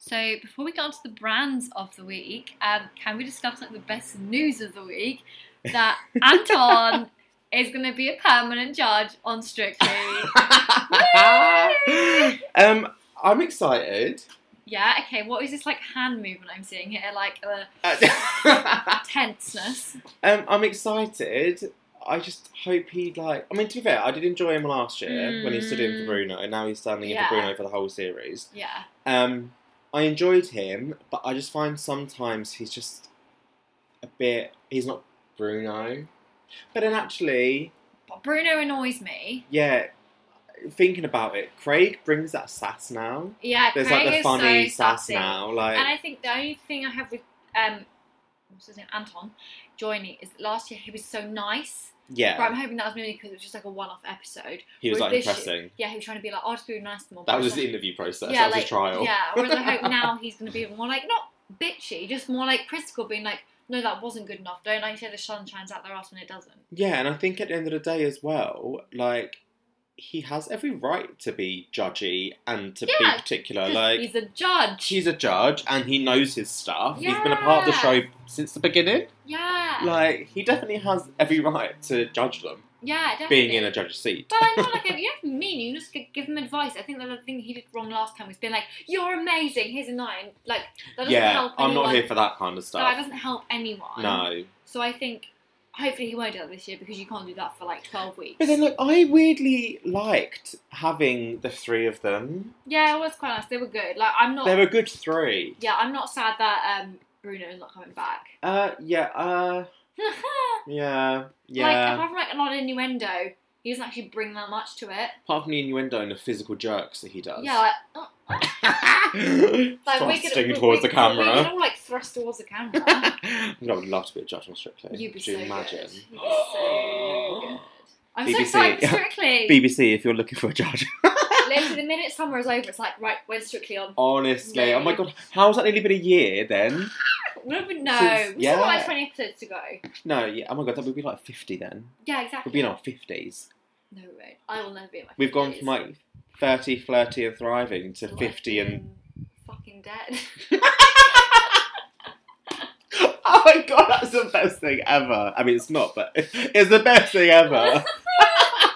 So before we get on to the brands of the week, um, can we discuss like the best news of the week that Anton is going to be a permanent judge on Strictly?
um, I'm excited.
yeah. Okay. What is this like hand movement I'm seeing here? Like uh,
Uh,
tenseness.
um, I'm excited. I just hope he like. I mean, to be fair, I did enjoy him last year when he stood in
Mm.
for Bruno, and now he's standing in
Yeah.
for Bruno for the whole series.
Yeah.
Um, I enjoyed him, but I just find sometimes he's just a bit. He's not Bruno, but then actually,
But Bruno annoys me.
yeah. Thinking about it, Craig brings that sass now.
Yeah.
There's
Craig
like the
is
funny
so
sass
sassy.
now, like
And I think the only thing I have with um, what's his name, Anton, joining is that last year he was so nice.
yeah.
But I'm hoping that was mainly because it was just like a one-off episode.
He was
With
like
this-
impressing.
Yeah, he was trying to be like, oh, I'll just be nice to them all.
That was
But
his
it's
interview process.
like-
that was his trial.
Yeah, whereas I hope now he's going to be more like, not bitchy, just more like critical, being like, no, that wasn't good enough. Don't I say the sun shines out their ass when it doesn't?
Yeah, and I think at the end of the day as well, like he has every right to be judgy and to
Yeah,
be particular.
'Cause
Like
he's a judge.
he's a judge and he knows his stuff. He's been a part of the show
Yeah.
since the beginning.
Yeah.
Like he definitely has every right to judge them,
yeah, definitely.
being in a judge's seat.
But I know, like, you don't mean you just give him advice. I think that the thing he did wrong last time was being like, "You're amazing. Here's a nine. Like that doesn't
Yeah,
help.
I'm
anyone.
not here for that kind of
That
stuff.
doesn't help anyone.
No.
So I think hopefully he won't do that this year because you can't do that for like twelve weeks.
But then, look, I weirdly liked having the three of them.
yeah, it was quite nice. They were good. Like I'm not.
They were good three.
yeah, I'm not sad that um, Bruno is not coming back.
Uh, yeah, uh, yeah,
Like
yeah.
apart from like a lot of innuendo, he doesn't actually bring that much to it.
Apart from the innuendo and the physical jerks that he does.
Yeah, like, oh, like we're
Thrusting
gonna,
towards
we, We, we
the
can
camera.
all like thrust towards the camera.
I would love to be a judge on Strictly.
You'd be
Do you
so
imagine?
good. You'd be so good. I'm so
BBC.
excited for Strictly.
BBC, if you're looking for a judge.
Literally, the minute summer is over, it's like, right, we're Strictly on.
Honestly, oh my god, how's that nearly been a year then?
No, but no.
Since-
we still got like
yeah.
20 episodes to go.
No, yeah, oh my god, that would be like 50 then.
Yeah, exactly.
We'd be in our 50s.
No way. I will never be in my
We've gone
50s.
from like 30, flirty, and thriving to
Like,
50 and.
being Fucking dead.
Oh my god, that's the best thing ever. I mean, it's not, but it's the best thing ever.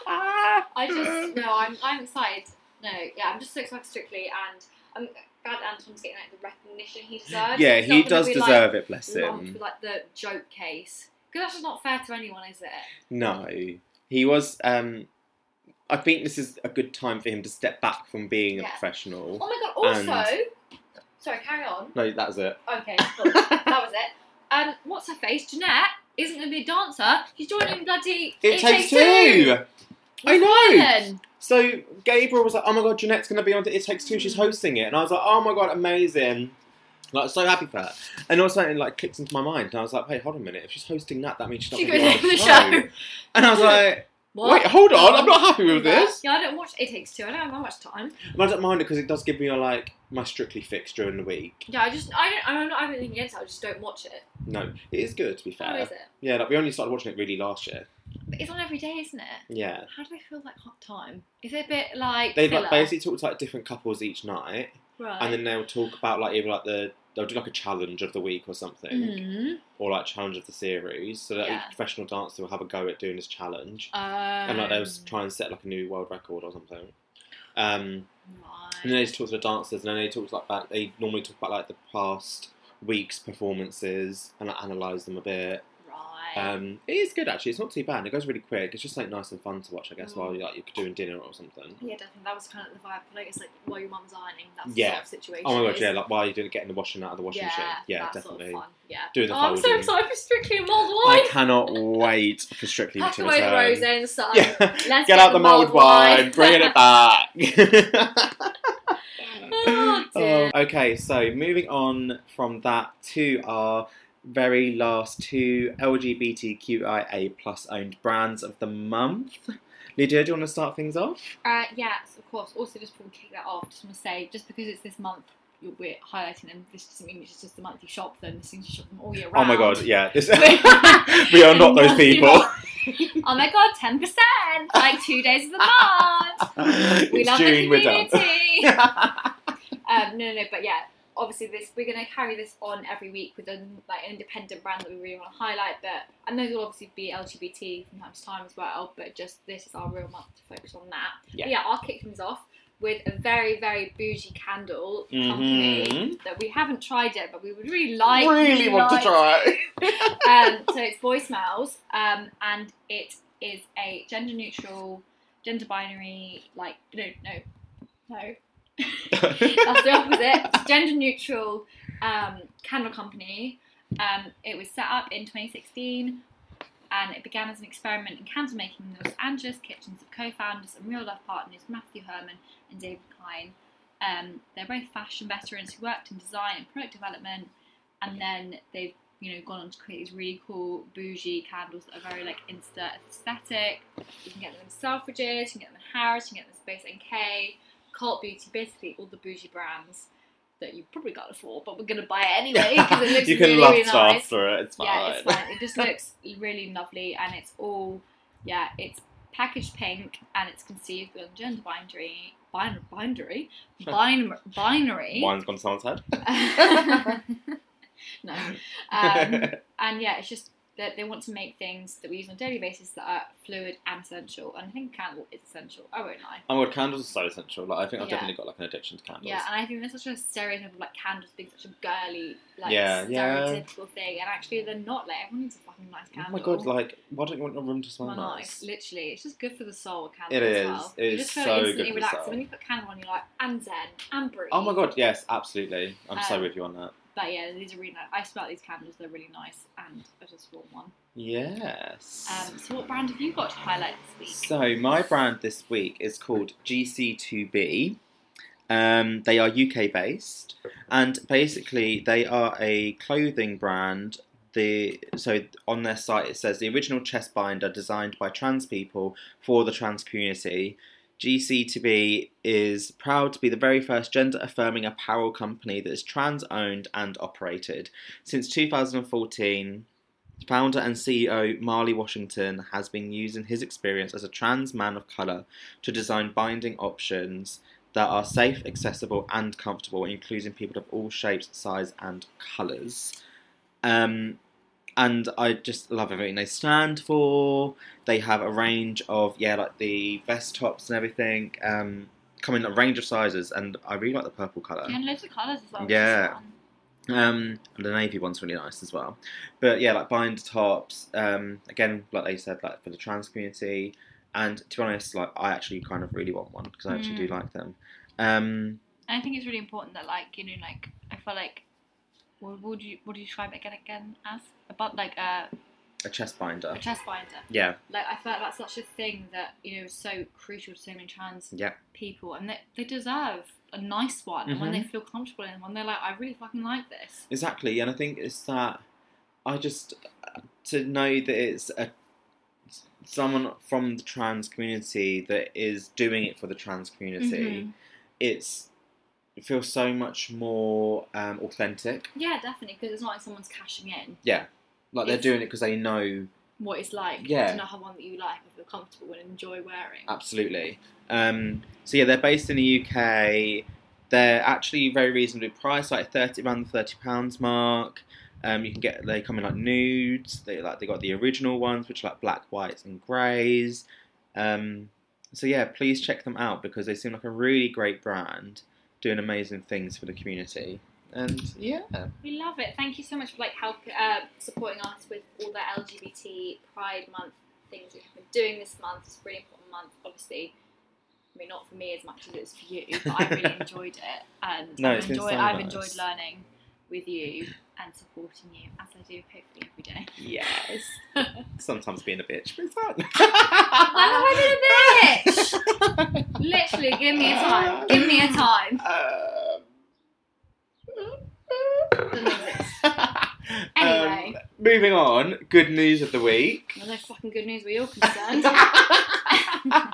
I just, no, I'm, I'm excited. No, yeah, I'm just so excited for Strictly and I'm glad Anton's getting like the recognition he deserves.
yeah,
It's
he
not gonna
does
be,
deserve
like,
it, bless
lumped
him.
with, like the joke case.
Because that's just not fair to anyone, is it?
No, he was. Um, I think this is a good time for him to step back from being a
Yeah.
professional.
Oh my god, also. Sorry, carry on.
No, that's it.
Okay, cool. that was it. Um, what's her face? Jeanette isn't going to be a dancer. She's joining bloody.
It, takes, two. I know.
Then.
So Gabriel was like, "Oh my god, Jeanette's going to be on to It Takes Two.
Mm.
She's hosting it," and I was like, "Oh my god, amazing!" Like so happy for her. And all of a sudden, it, like clicked into my mind, and I was like, "Wait, hold on a minute. If she's hosting that, that means she's not
She
going
goes
to
on
be
the
on
show.
And I was like,
What?
"Wait, hold on. I'm not happy with this."
Yeah, I don't watch It Takes Two. I don't have that much time.
And I don't mind it because it does give me a, like my strictly fixed during the week.
Yeah, I just. I don't. I'm not having anything against it. I just don't watch it.
No, it is good to be
How
fair.
Oh, is it?
Yeah, like we only started watching it really last year.
But it's on every day, isn't it?
Yeah.
How do they fill that hot time? Is it a bit like.
They like
filler?
basically talk to like different couples each night,
Right.
and then they'll talk about like either like the they'll do like a challenge of the week or something,
Mm.
or like challenge of the series. So that
Mm-hmm. Yeah.
each professional dancer will have a go at doing this challenge, and
Um,
like they'll s- try and set like a new world record or something. Um, and then
right.
they just talk to the dancers, and then they talk like about they normally talk about like the past week's performances and like, analyze them a bit.
Right.
Um, it is good actually. It's not too bad. It goes really quick. It's just like nice and fun to watch, I guess,
Mm.
while you're like you're doing dinner or something.
Yeah, definitely. That was kind of the vibe. Like it's like while your mum's ironing, that's
Yeah.
the sort of situation.
Oh my god,
is.
yeah! Like while you're doing getting the washing out of the washing machine, yeah,
that
definitely.
Sort of fun. Yeah.
Doing the
oh, I'm so
folding.
excited for Strictly in Mold
I
Wine.
cannot wait for Strictly
Pack
to
away the
return.
rose and sun.
yeah,
Let's
get out the mulled wine, bringing it back.
oh dear.
Um, okay, so moving on from that to our very last two LGBTQIA plus owned brands of the month. Lydia, do you want to start things off?
Uh, yes, of course. Also, just before we kick that off, just want to say, just because it's this month you're, we're highlighting them, this doesn't mean it's just the month you shop them. This means you shop them all year
Oh
round.
my god, yeah. This, we are not those
No,
people.
oh my god, ten percent! Like two days of the month. We
it's
love
June,
the
we're done.
community. um, no, no, no, but yeah, obviously this we're gonna carry this on every week with an like an independent brand that we really want to highlight. But and those will obviously be LGBT from time to time as well. But just this is our real month to focus on that. But
Yeah.
yeah I'll kick things off with a very very bougie candle company
Mhm.
that we haven't tried yet, but we would really like.
really want to
like-
try.
um, so it's voicemails, um, and it is a gender neutral, gender binary, like no, no, no. That's the opposite. It's gender neutral um, candle company. Um, it was set up in 2016, and it began as an experiment in candle making in the Los Angeles kitchens of co-founders and real life partners Matthew Herman and David Klein. Um, they're both fashion veterans who worked in design and product development, and then they've you know, gone on to create these really cool bougie candles that are very like insta aesthetic. You can get them in Selfridges, you can get them in Harrods, you can get them in Space NK, Cult Beauty, basically all the bougie brands that you probably can't afford, but we're gonna buy it anyway because it looks
you can
really,
love
really
stuff
nice.
for it. It's fine.
Yeah, it's fine. It just looks really lovely, and it's all yeah, it's packaged pink, and it's conceived with gender binary, bin- binary, bin- binary.
Wine's gone to someone's head.
no. Um, and yeah, it's just that they want to make things that we use on a daily basis that are fluid and essential. And I think candle is essential. I won't lie.
oh my god, candles are so essential. Like I think I've
Yeah.
definitely got like an addiction to candles.
Yeah, and I think there's such a stereotype of like candles being such a girly, like
Yeah, yeah.
stereotypical thing, and actually they're not. Like everyone needs a fucking nice
Oh
candle.
my god! Like, why don't you want your room to smell
Well, not,
nice?
it's literally, it's just good for the soul. Candle
It
as
is.
Well.
It
you
is
just feel
so good
instantly
for the
relaxed.
soul.
And when you put candle on, you're like, and zen, and breathe.
Oh my god! Yes, absolutely. I'm so
Um,
with you on that.
But yeah, these are really nice. I smell these candles; they're really nice, and I just want one.
Yes.
Um, so, what brand have you got to highlight this week?
so my brand this week is called GC2B. Um, they are UK based, and basically they are a clothing brand. The so on their site it says the original chest binder designed by trans people for the trans community. GC2B is proud to be the very first gender affirming apparel company that is trans owned and operated. Since 2014, founder and CEO Marley Washington has been using his experience as a trans man of colour to design binding options that are safe, accessible, and comfortable, including people of all shapes, size, and colours. Um, and I just love everything they stand for. They have a range of yeah, like the vest tops and everything. Um, come in a range of sizes, and I really like the purple colour.
Yeah, and loads of colours as well.
Yeah.
which is fun.
Um, and the navy one's really nice as well. But yeah, like binder tops. Um, again, like they said, like for the trans community. And to be honest, like I actually kind of really want one because I actually do
Mm.
like them. Um,
And I think it's really important that, like, you know, like I feel like, what what would you what do you describe it again again as about like a,
a chest binder.
a chest binder?
Yeah,
Like I feel like that's such a thing that you know is so crucial to so many trans
yeah,
people, and they they deserve a nice one and
Mm-hmm.
when they feel comfortable in one. They're like, I really fucking like this.
exactly. And I think it's that I just to know that it's a someone from the trans community that is doing it for the trans community.
Mhm.
It's it feels so much more um, authentic.
Yeah, definitely, because it's not like someone's cashing in.
Like they're
It's-
doing it because they know
What it's like
Yeah.
to not have one that you like and feel comfortable and enjoy wearing.
Absolutely. Um, so yeah, they're based in the UK. They're actually very reasonably priced, like thirty around the thirty pounds mark. Um, you can get they come in like nudes. They like they got the original ones, which are like black, whites, and greys. Um, so yeah, please check them out because they seem like a really great brand, doing amazing things for the community. And yeah,
We love it. Thank you so much for like help uh, supporting us with all the LGBT Pride Month things we have been doing this month. It's a really important month, obviously. I mean, not for me as much as it's for you, but
I really enjoyed it, and
No,
I've,
it's been
enjoyed,
so
I've
nice.
enjoyed learning with you and supporting you as I do hopefully every day.
yes. Sometimes being a bitch, but it's fun.
I love being a bitch. Literally, give me a time. Give me a time.
Um,
Doesn't exist. Anyway.
Um, moving on, good news of the week.
Well, no fucking good news where you're concerned. I'm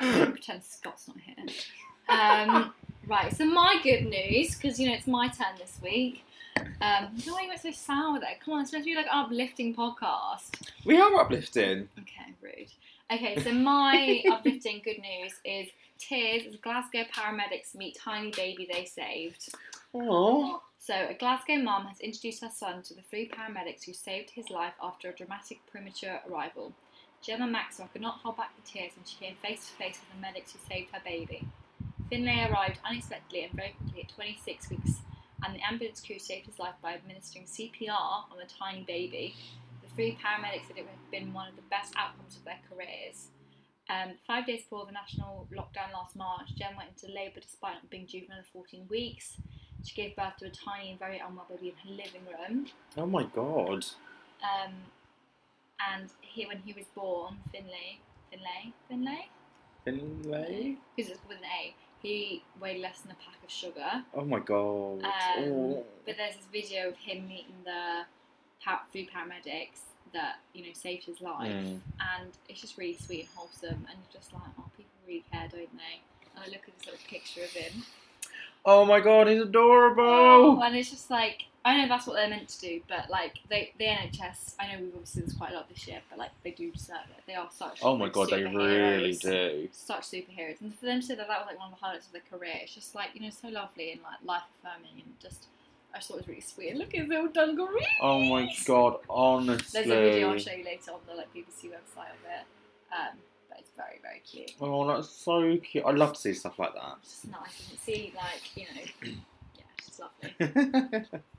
gonna pretend Scott's not here.
um, right, so my good news, because you know it's my turn this week. Um, you know why you went so sour there? Come on, it's supposed to be like an uplifting podcast.
We are uplifting.
Okay, rude. Okay, so my uplifting good news is Tears as Glasgow paramedics meet tiny baby they saved.
Aww.
So, a Glasgow mum has introduced her son to the three paramedics who saved his life after a dramatic premature arrival. Gemma Maxwell could not hold back the tears when she came face to face with the medics who saved her baby. Finlay arrived unexpectedly and very quickly at 26 weeks, and the ambulance crew saved his life by administering CPR on the tiny baby. The three paramedics said it would have been one of the best outcomes of their careers. Um, five days before the national lockdown last March, Jen went into labour despite not being due for another 14 weeks. She gave birth to a tiny and very unwell baby in her living room.
Oh my god.
Um, and he, when he was born, Finlay, Finlay, Finlay,
Finlay?
because it's with an A, he weighed less than a pack of sugar.
Oh my
Um,
god. Aw.
But there's this video of him meeting the par- three paramedics that you know saved his life,
Mm.
and it's just really sweet and wholesome. And you're just like, oh, people really care, don't they? And I look at this little picture of him.
Oh my god, he's
Oh,
adorable.
and it's just like I know that's what they're meant to do, but like they, the NHS, I know we've obviously seen this quite a lot this year, but like they do deserve it. They are such.
Oh my god, they really
superheroes.
do.
Such superheroes, and for them to say that that was like one of the highlights of their career, it's just like you know so lovely and like life affirming and just. I just thought it was really sweet. And Look at his little dungaree.
Oh my god, honestly.
There's a video I'll show you later on the like BBC website of it, um, but it's very very cute.
Oh, that's so cute. I love to see stuff like that.
It's just nice and see like you know, yeah, it's just lovely.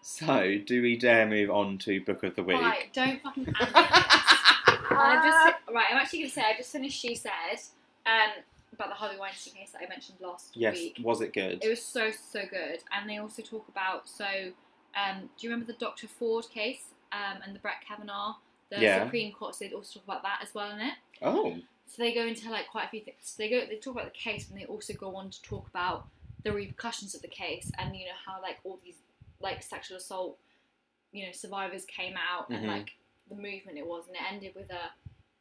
so, do we dare move on to book of the week?
Right, don't fucking add me on this. I just right. I'm actually gonna say I just finished. She said um, about the Harvey Weinstein case that I mentioned last
yes,
week.
was it good?
It was so so good, and they also talk about so. Um, do you remember the Dr. Ford case um, and the Brett Kavanaugh? The
Yeah.
Supreme Court so they also talk about that as well in it.
oh,
So they go into like quite a few things. So they go they talk about the case and they also go on to talk about the repercussions of the case and you know how like all these like sexual assault you know survivors came out
Mhm.
and like the movement it was and it ended with a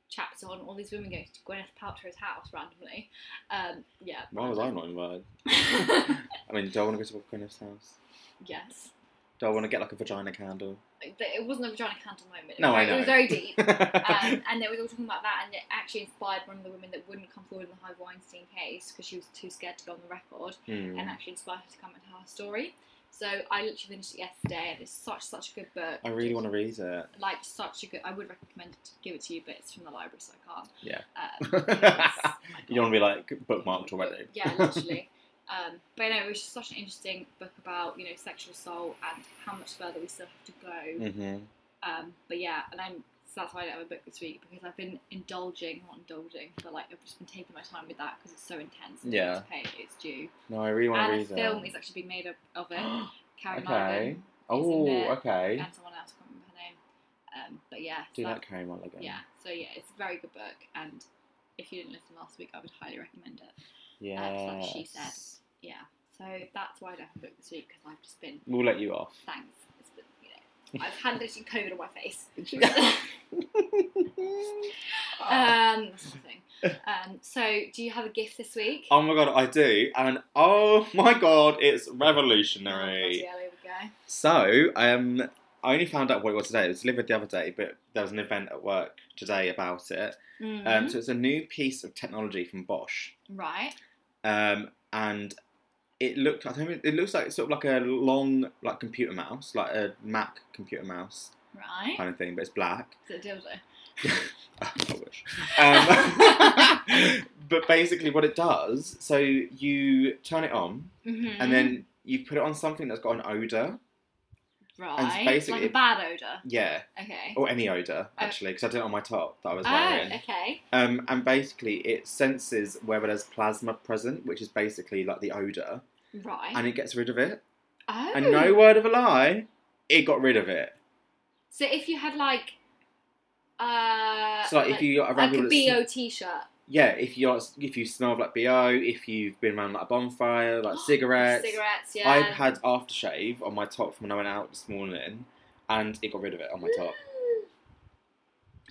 chapter on all these women going to Gwyneth Paltrow's house randomly. Um, yeah.
why was I not invited? I mean, do I want to go to Gwyneth's house?
yes.
Do I want to get like a vagina candle?
Like, the- It wasn't a vagina candle moment. It was
No, I
very-
know.
It was very deep.
um,
um, and they were all talking about that, and it actually inspired one of the women that wouldn't come forward in the Harvey Weinstein case because she was too scared to go on the record.
Hmm,
and actually inspired her to come and tell her story. So I literally finished it yesterday, and it's such such a good book.
I really want to read it.
like such a good. I would recommend it to give it to you, but it's from the library, so I can't.
Yeah.
Um, because, oh my God,
You don't want to be like bookmarked already.
Yeah, literally. um, but no, it was just such an interesting book about you know sexual assault and how much further we still have to go.
hmm
Um, but yeah, and I'm so that's why I don't have a book this week because I've been indulging, not indulging, but like I've just been taking my time with that because it's so intense. And
Yeah.
To pay its due.
No, I really want to
And
read
a film
that.
is actually being made up of it. Karen
Okay.
Mulligan
oh,
it?
okay.
and someone else, I can't remember her name. Um, but yeah,
Do
so
that, Carrie Mulligan.
yeah, so yeah, it's a very good book, and if you didn't listen last week, I would highly recommend it.
Yeah.
what she said. Yeah, so that's why I don't have a book this week because I've just been
We'll let you off.
thanks. It's been, you know, I've had literally COVID on my face. um, that's the thing. Um, so do you have a gift this week?
Oh my god, I do. And oh my god, it's
Oh,
revolutionary.
yeah, there we go.
So, um, I only found out what it was today. It was delivered the other day, but there was an event at work today about it.
Mm-hmm.
Um, so it's a new piece of technology from Bosch.
right.
Um, and it looked, I think it looks like sort of like a long, like computer mouse, like a Mac computer mouse
Right.
kind of thing, but it's black.
Is it a dildo?
I wish. Um, but basically, what it does, so you turn it on,
Mm-hmm.
and then you put it on something that's got an odor.
Mm-hmm. right,
basically
like a
it-
bad odor.
Yeah,
Okay.
or any odor actually, because I did it on my top that Oh, I was
Oh,
wearing.
Uh, okay.
Um, and basically, it senses whether there's plasma present, which is basically like the odor,
Right.
and it gets rid of it.
oh.
And no word of a lie, it got rid of it.
So if you had like, uh,
so like, if you are around
like a
people, that
bo
sm-
t-shirt,
yeah, if you are if you smell of like bo, if you've been around like a bonfire, like cigarettes.
cigarettes, yeah.
I've had aftershave on my top from when I went out this morning, and it got rid of it on my top.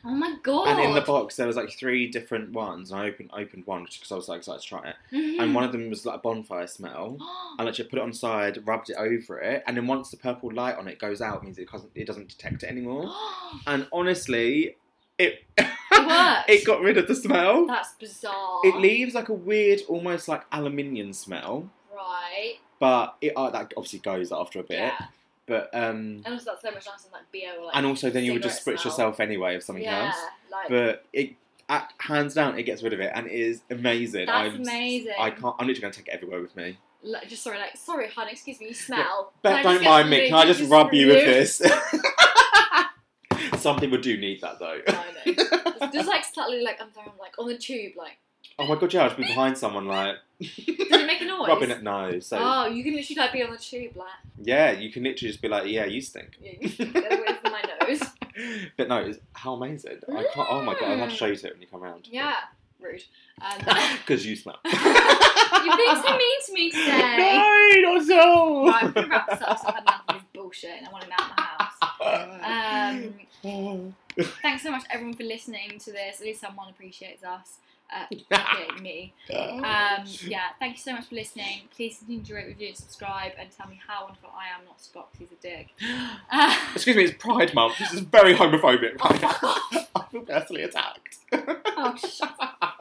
Oh my god!
And in the box, there was like three different ones, and I opened opened one because I was like excited to try it.
Hmm. Mm-hmm.
And one of them was like a bonfire smell. I literally put it on the side, rubbed it over it, and then once the purple light on it goes out, it means it doesn't it doesn't detect it anymore. And honestly, it
works.
it got rid of the smell.
That's bizarre.
It leaves like a weird, almost like aluminium smell,
Right.
but it uh, that obviously goes after a bit.
Yeah.
But um,
And also that's so much nicer than like bo. Or, like,
and also then you would just
cigarette
spritz
smell.
yourself anyway of something
yeah,
else.
Like,
But it uh, hands down, it gets rid of it, and it is amazing.
That's
I'm,
amazing.
I can't. I'm literally going to take it everywhere with me.
like, just sorry, like sorry, hon, excuse me, you smell. Can
But
I
don't
just get
mind me.
something
Can I
to
just, rub you with
remove?
this? Some people do need that though.
No, I know. Just- Just like slightly like I'm sorry, I'm like on the tube, like
Oh my god, yeah, I'd be behind someone like
does it make a noise?
rubbing it. No, so
Oh, you can literally like be on the tube, like
yeah, you can literally just be like, yeah, you stink.
yeah, you can get away from my nose.
But no, it's, how amazing! I can't. Oh my god, I'll have to show you to it when you come round.
Yeah, rude. Um,
because you smell.
you've been so mean to me today.
No, not at all.
Right, I'm gonna wrap this up. So I've had enough of this bullshit, and I want him out of my house. Um, thanks so much, everyone, for listening to this. At least someone appreciates us. Uh, okay, me. Um, yeah, thank you so much for listening. Please continue to rate, review, and subscribe, and tell me how wonderful I am, not Scott, 'cause he's a dick. Uh,
Excuse me, it's Pride Month. This is very homophobic.
Oh, fuck off.
I feel personally attacked.
oh, shut up.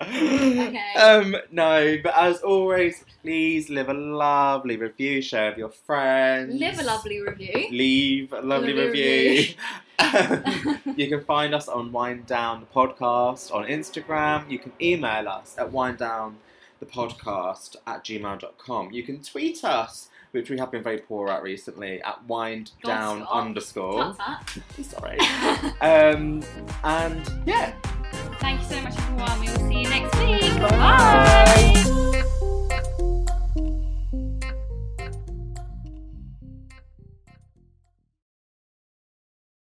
Okay.
Um, no, but as always, please leave a lovely review, share with your friends.
Live a lovely review.
Leave a lovely,
Lovely
review. Um, you can find us on Wind Down the Podcast on Instagram. You can email us at wind down the podcast at gmail.com. You can tweet us, which we have been very poor at recently, at wind
God,
down
Scott.
underscore.
Tut, tut.
Sorry. um, and yeah.
Thank you so much, everyone. We will see you next week.
Bye.
Bye.